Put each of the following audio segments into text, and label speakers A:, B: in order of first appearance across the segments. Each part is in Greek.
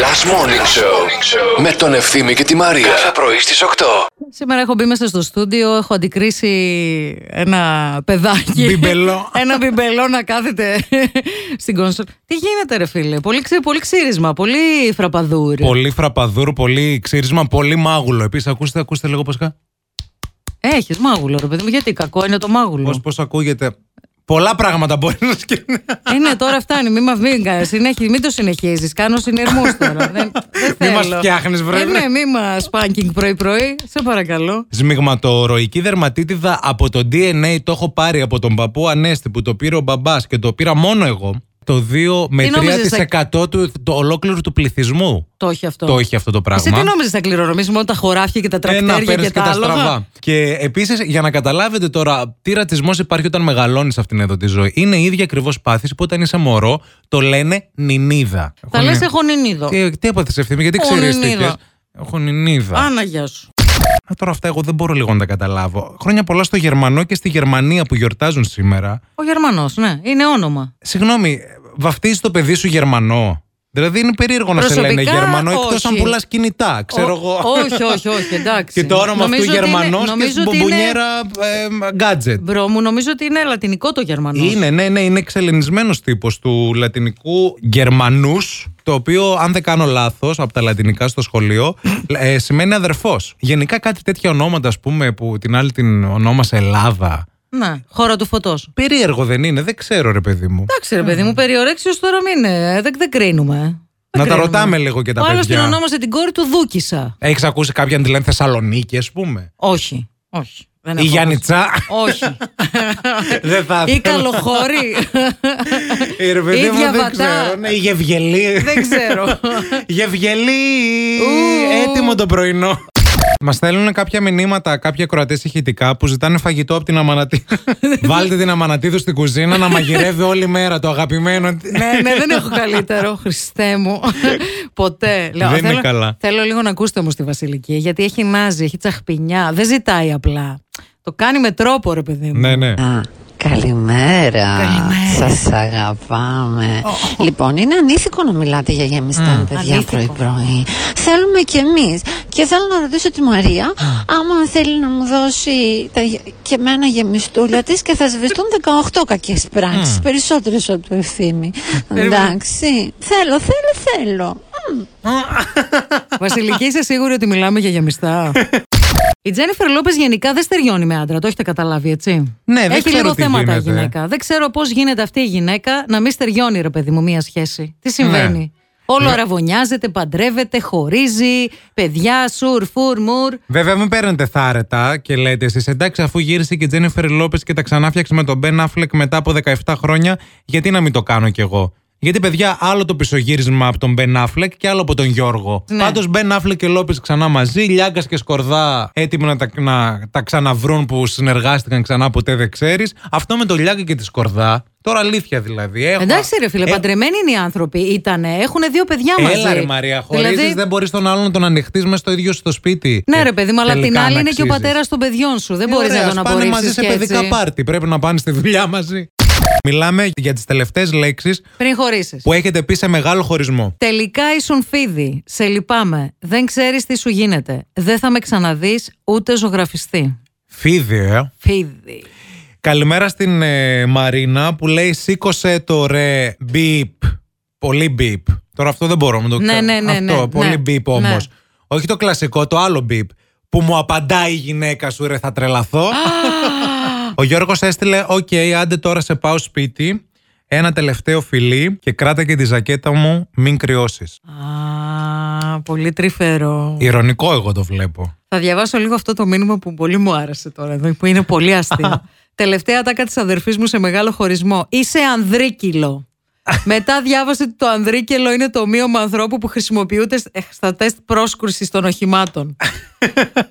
A: Last Morning Show με τον Ευθύμη και τη Μαρία. Κάθε πρωί στις 8.
B: Σήμερα έχω μπει μέσα στο στούντιο, έχω αντικρίσει ένα παιδάκι.
C: Μπιμπελό.
B: ένα μπιμπελό να κάθεται στην κονσόλ. Τι γίνεται, ρε φίλε. Πολύ, ξύ- πολύ ξύρισμα, πολύ φραπαδούρι.
C: Πολύ φραπαδούρ, πολύ ξύρισμα, πολύ μάγουλο. Επίσης, ακούστε, ακούστε λίγο πώ
B: Λοιπόν. Έχεις μάγουλο, ρε παιδί μου. Γιατί κακό είναι το μάγουλο.
C: πώς, πώς ακούγεται. Πολλά πράγματα μπορεί να σκεφτεί.
B: είναι τώρα φτάνει. Μην, μην, μην το συνεχίζεις. Κάνω συνειρμούς τώρα. δεν, δεν
C: Μη μας
B: θέλω.
C: φτιάχνεις, βρε.
B: Ε, ναι, μη μας σπάνκινγκ πρωί-πρωί. Σε παρακαλώ.
C: Σμιγματοροϊκή δερματίτιδα από το DNA το έχω πάρει από τον παππού Ανέστη που το πήρε ο μπαμπάς και το πήρα μόνο εγώ. Το 2 με
B: Τι νόμιζες,
C: 3% του, το ολόκληρου του πληθυσμού
B: Το έχει αυτό.
C: το έχει αυτό το πράγμα.
B: Εσύ τι νόμιζες θα κληρονομήσει μόνο τα χωράφια και τα τρακτέρια
C: παίρνεις
B: και τα άλογα.
C: Και επίσης, για να καταλάβετε τώρα τι ρατσισμό υπάρχει όταν μεγαλώνεις αυτήν εδώ τη ζωή. Είναι η ίδια ακριβώς πάθηση που όταν είσαι μωρό το λένε νινίδα.
B: Θα
C: Έχω
B: λες
C: νι-
B: έχω νινίδο.
C: Τι, τι έπαθε ευθύνη, γιατί
B: Ω,
C: ξερίστηκε.
B: νινίδα. ναι.
C: Έχω νινίδα.
B: Άνα γεια σου.
C: Α, τώρα αυτά εγώ δεν μπορώ λίγο να τα καταλάβω. Χρόνια πολλά στο Γερμανό και στη Γερμανία που γιορτάζουν σήμερα.
B: Ο Γερμανός, ναι, είναι όνομα.
C: Συγγνώμη, βαφτίζεις το παιδί σου Γερμανό. Δηλαδή είναι περίεργο να σε λένε
B: Προσωπικά,
C: Γερμανό εκτός αν
B: όχι.
C: πουλάς κινητά, ξέρω
B: Ο-
C: εγώ.
B: Όχι, όχι, όχι, εντάξει.
C: Και το όνομα
B: Νομίζω
C: αυτού
B: ότι είναι-
C: Γερμανός και
B: νομίζω
C: στην
B: ότι είναι-
C: μπομπονιέρα ε, γκάτζετ.
B: Μπρο μου, νομίζω ότι είναι λατινικό το Γερμανός.
C: Είναι, ναι, ναι, είναι εξελενισμένο τύπος του λατινικού Γερμανούς, το οποίο, αν δεν κάνω λάθος, από τα λατινικά στο σχολείο, ε, σημαίνει αδερφός. Γενικά κάτι τέτοια ονόματα, ας πούμε, που την άλλη την ονόμασε Ελλάδα.
B: Ναι, χώρα του φωτός.
C: Περίεργο δεν είναι, δεν ξέρω, ρε παιδί μου.
B: Εντάξει, ρε παιδί μου, περιορέξιος τώρα μην είναι. ε, Δεν, δεν κρίνουμε. ε. Δεν
C: Mm. Να τα
B: κρίνουμε.
C: ρωτάμε λίγο και τα
B: Ο άλλος την
C: παιδιά.
B: ονόμασε την κόρη του Δούκησα.
C: Έχεις ακούσει κάποιον να τη λένε Θεσσαλονίκη, ας πούμε.
B: Όχι, όχι. Δεν
C: Ή
B: Ναι, έχω
C: Γιάννητσά.
B: ακούσει. Όχι.
C: Δεν θα
B: Ή
C: ήθελα.
B: καλοχώρη.
C: Ε, ρε
B: Ή
C: παιδί μου, δεν
B: Διαβατά.
C: ξέρω. Ναι, η Γευγελή.
B: Δεν ξέρω.
C: Γευγελή!
B: Ου.
C: Έτοιμο το πρωινό. Μας στέλνουν κάποια μηνύματα, κάποια κροατέ ηχητικά που ζητάνε φαγητό από την Αμανατίδου. Βάλτε την Αμανατίδου στην κουζίνα να μαγειρεύει όλη μέρα το αγαπημένο. τη.
B: ναι, ναι, δεν έχω καλύτερο. Χριστέ μου. Ποτέ.
C: Δεν είναι
B: θέλω,
C: καλά.
B: Θέλω λίγο να ακούσετε όμως τη Βασιλική, γιατί έχει νάζι, έχει τσαχπινιά. Δεν ζητάει απλά. Το κάνει με τρόπο, ρε παιδί μου.
C: ναι, ναι.
D: Α, Καλημέρα.
B: Καλημέρα.
D: Σας αγαπάμε. Λοιπόν, είναι ανήθικο να μιλάτε για γεμιστά παιδιά
B: Ανήθικο.
D: πρωί-πρωί. Θέλουμε κι εμείς. Και θέλω να ρωτήσω τη Μαρία, άμα θέλει να μου δώσει τα, γε- και εμένα γεμιστούλα της και θα σβηστούν 18 κακές πράξεις. Περισσότερες από το ευθύνη. Εντάξει. Θέλω, θέλω, θέλω.
B: Βασιλική, είσαι σίγουρη ότι μιλάμε για γεμιστά. Η Τζένιφερ Λόπες γενικά δεν στεριώνει με άντρα, το έχετε καταλάβει, έτσι.
C: Ναι, δεν
B: Έχει
C: ξέρω
B: λίγο
C: τι
B: θέματα
C: γίνεται.
B: η γυναίκα. Δεν ξέρω πώς γίνεται αυτή η γυναίκα να μην στεριώνει, ρε παιδί μου, μία σχέση. Τι συμβαίνει.
C: Ναι.
B: Όλο αραβωνιάζεται, παντρεύεται, χωρίζει, παιδιά, σουρ, φουρ, μουρ.
C: Βέβαια, μην παίρνετε θάρετα και λέτε εσείς εντάξει, αφού γύρισε και η Τζένιφερ Λόπες και τα ξανάφτιαξε με τον Μπεν Αφλεκ μετά από 17 χρόνια, γιατί να μην το κάνω κι εγώ. Γιατί, παιδιά, άλλο το πισωγύρισμα από τον Μπεν Αφλεκ και άλλο από τον Γιώργο.
B: Ναι.
C: Πάντως, Μπεν Αφλεκ και Λόπε ξανά μαζί, Λιάγκας και Σκορδά έτοιμοι να τα, να τα ξαναβρούν που συνεργάστηκαν ξανά, ποτέ δεν ξέρεις. Αυτό με τον Λιάγκα και τη Σκορδά, τώρα αλήθεια δηλαδή. Έχω...
B: Εντάξει, ρε φίλε,
C: Έχω-
B: παντρεμένοι είναι οι άνθρωποι. Ήτανε, έχουν δύο παιδιά μαζί.
C: Έλα ρε Μαρία, χωρίζεις,
B: Δηλαδή,
C: δεν μπορείς τον άλλον να τον ανοιχτείς μέσα στο ίδιο στο σπίτι. Ε,
B: Ναι, ρε παιδί μου, αλλά απ' την
C: Τελικά
B: άλλη
C: να
B: είναι και ο
C: αξίζεις.
B: πατέρας των παιδιών σου. Δεν
C: Ε,
B: μπορείς
C: ωραία,
B: να
C: ας
B: τον
C: πάνε
B: απορρίψεις.
C: μαζί σε παιδικά πάρτι. Πρέπει να πάνε στη δουλειά μαζί. Μιλάμε για τις τελευταίες λέξεις
B: Πριν χωρίσεις.
C: που έχετε πει σε μεγάλο χωρισμό.
B: Τελικά ήσουν φίδι. Σε λυπάμαι. Δεν ξέρεις τι σου γίνεται. Δεν θα με ξαναδείς ούτε ζωγραφιστεί.
C: Φίδι, ε.
B: Φίδι.
C: Καλημέρα στην ε, Μαρίνα που λέει σήκωσε το ρε μπιπ. Πολύ μπιπ. Τώρα αυτό δεν μπορώ να το
B: Ναι,
C: κάνω.
B: ναι, ναι,
C: Αυτό,
B: ναι,
C: πολύ
B: ναι.
C: μπιπ όμω.
B: Ναι.
C: Όχι το κλασικό, το άλλο μπιπ. Που μου απαντάει η γυναίκα σου, ρε, θα τρελαθώ. Ο Γιώργος έστειλε: Οκ, άντε τώρα σε πάω σπίτι. Ένα τελευταίο φιλί και κράτα και τη ζακέτα μου, μην κρυώσεις.
B: Α, πολύ τρυφερό.
C: Ηρωνικό εγώ το βλέπω.
B: Θα διαβάσω λίγο αυτό το μήνυμα που πολύ μου άρεσε τώρα εδώ, που είναι πολύ αστείο. Τελευταία τάκα της αδερφής μου σε μεγάλο χωρισμό. Είσαι ανδρίκυλο. Μετά διάβασε ότι το ανδρίκελο είναι το μείωμα ανθρώπου που χρησιμοποιούνται σ- ε, στα τεστ πρόσκουρση των οχημάτων.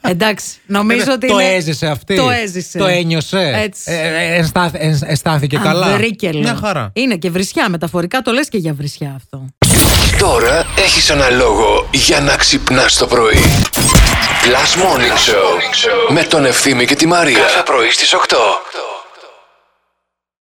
B: Εντάξει, νομίζω ότι.
C: Ε, το
B: είναι-
C: έζησε αυτή.
B: Το έζησε.
C: Το ένιωσε.
B: Έτσι.
C: Ε, ε, ενστάθ- εν- αισθάνθηκε καλά.
B: Ανδρίκελο.
C: Μια χαρά.
B: Είναι και βρισιά. Μεταφορικά το λες και για βρισιά αυτό.
A: Τώρα έχεις ένα λόγο για να ξυπνάς το πρωί. Last Morning Show με τον Ευθύμη και τη Μαρία. Κάθε πρωί στις 8.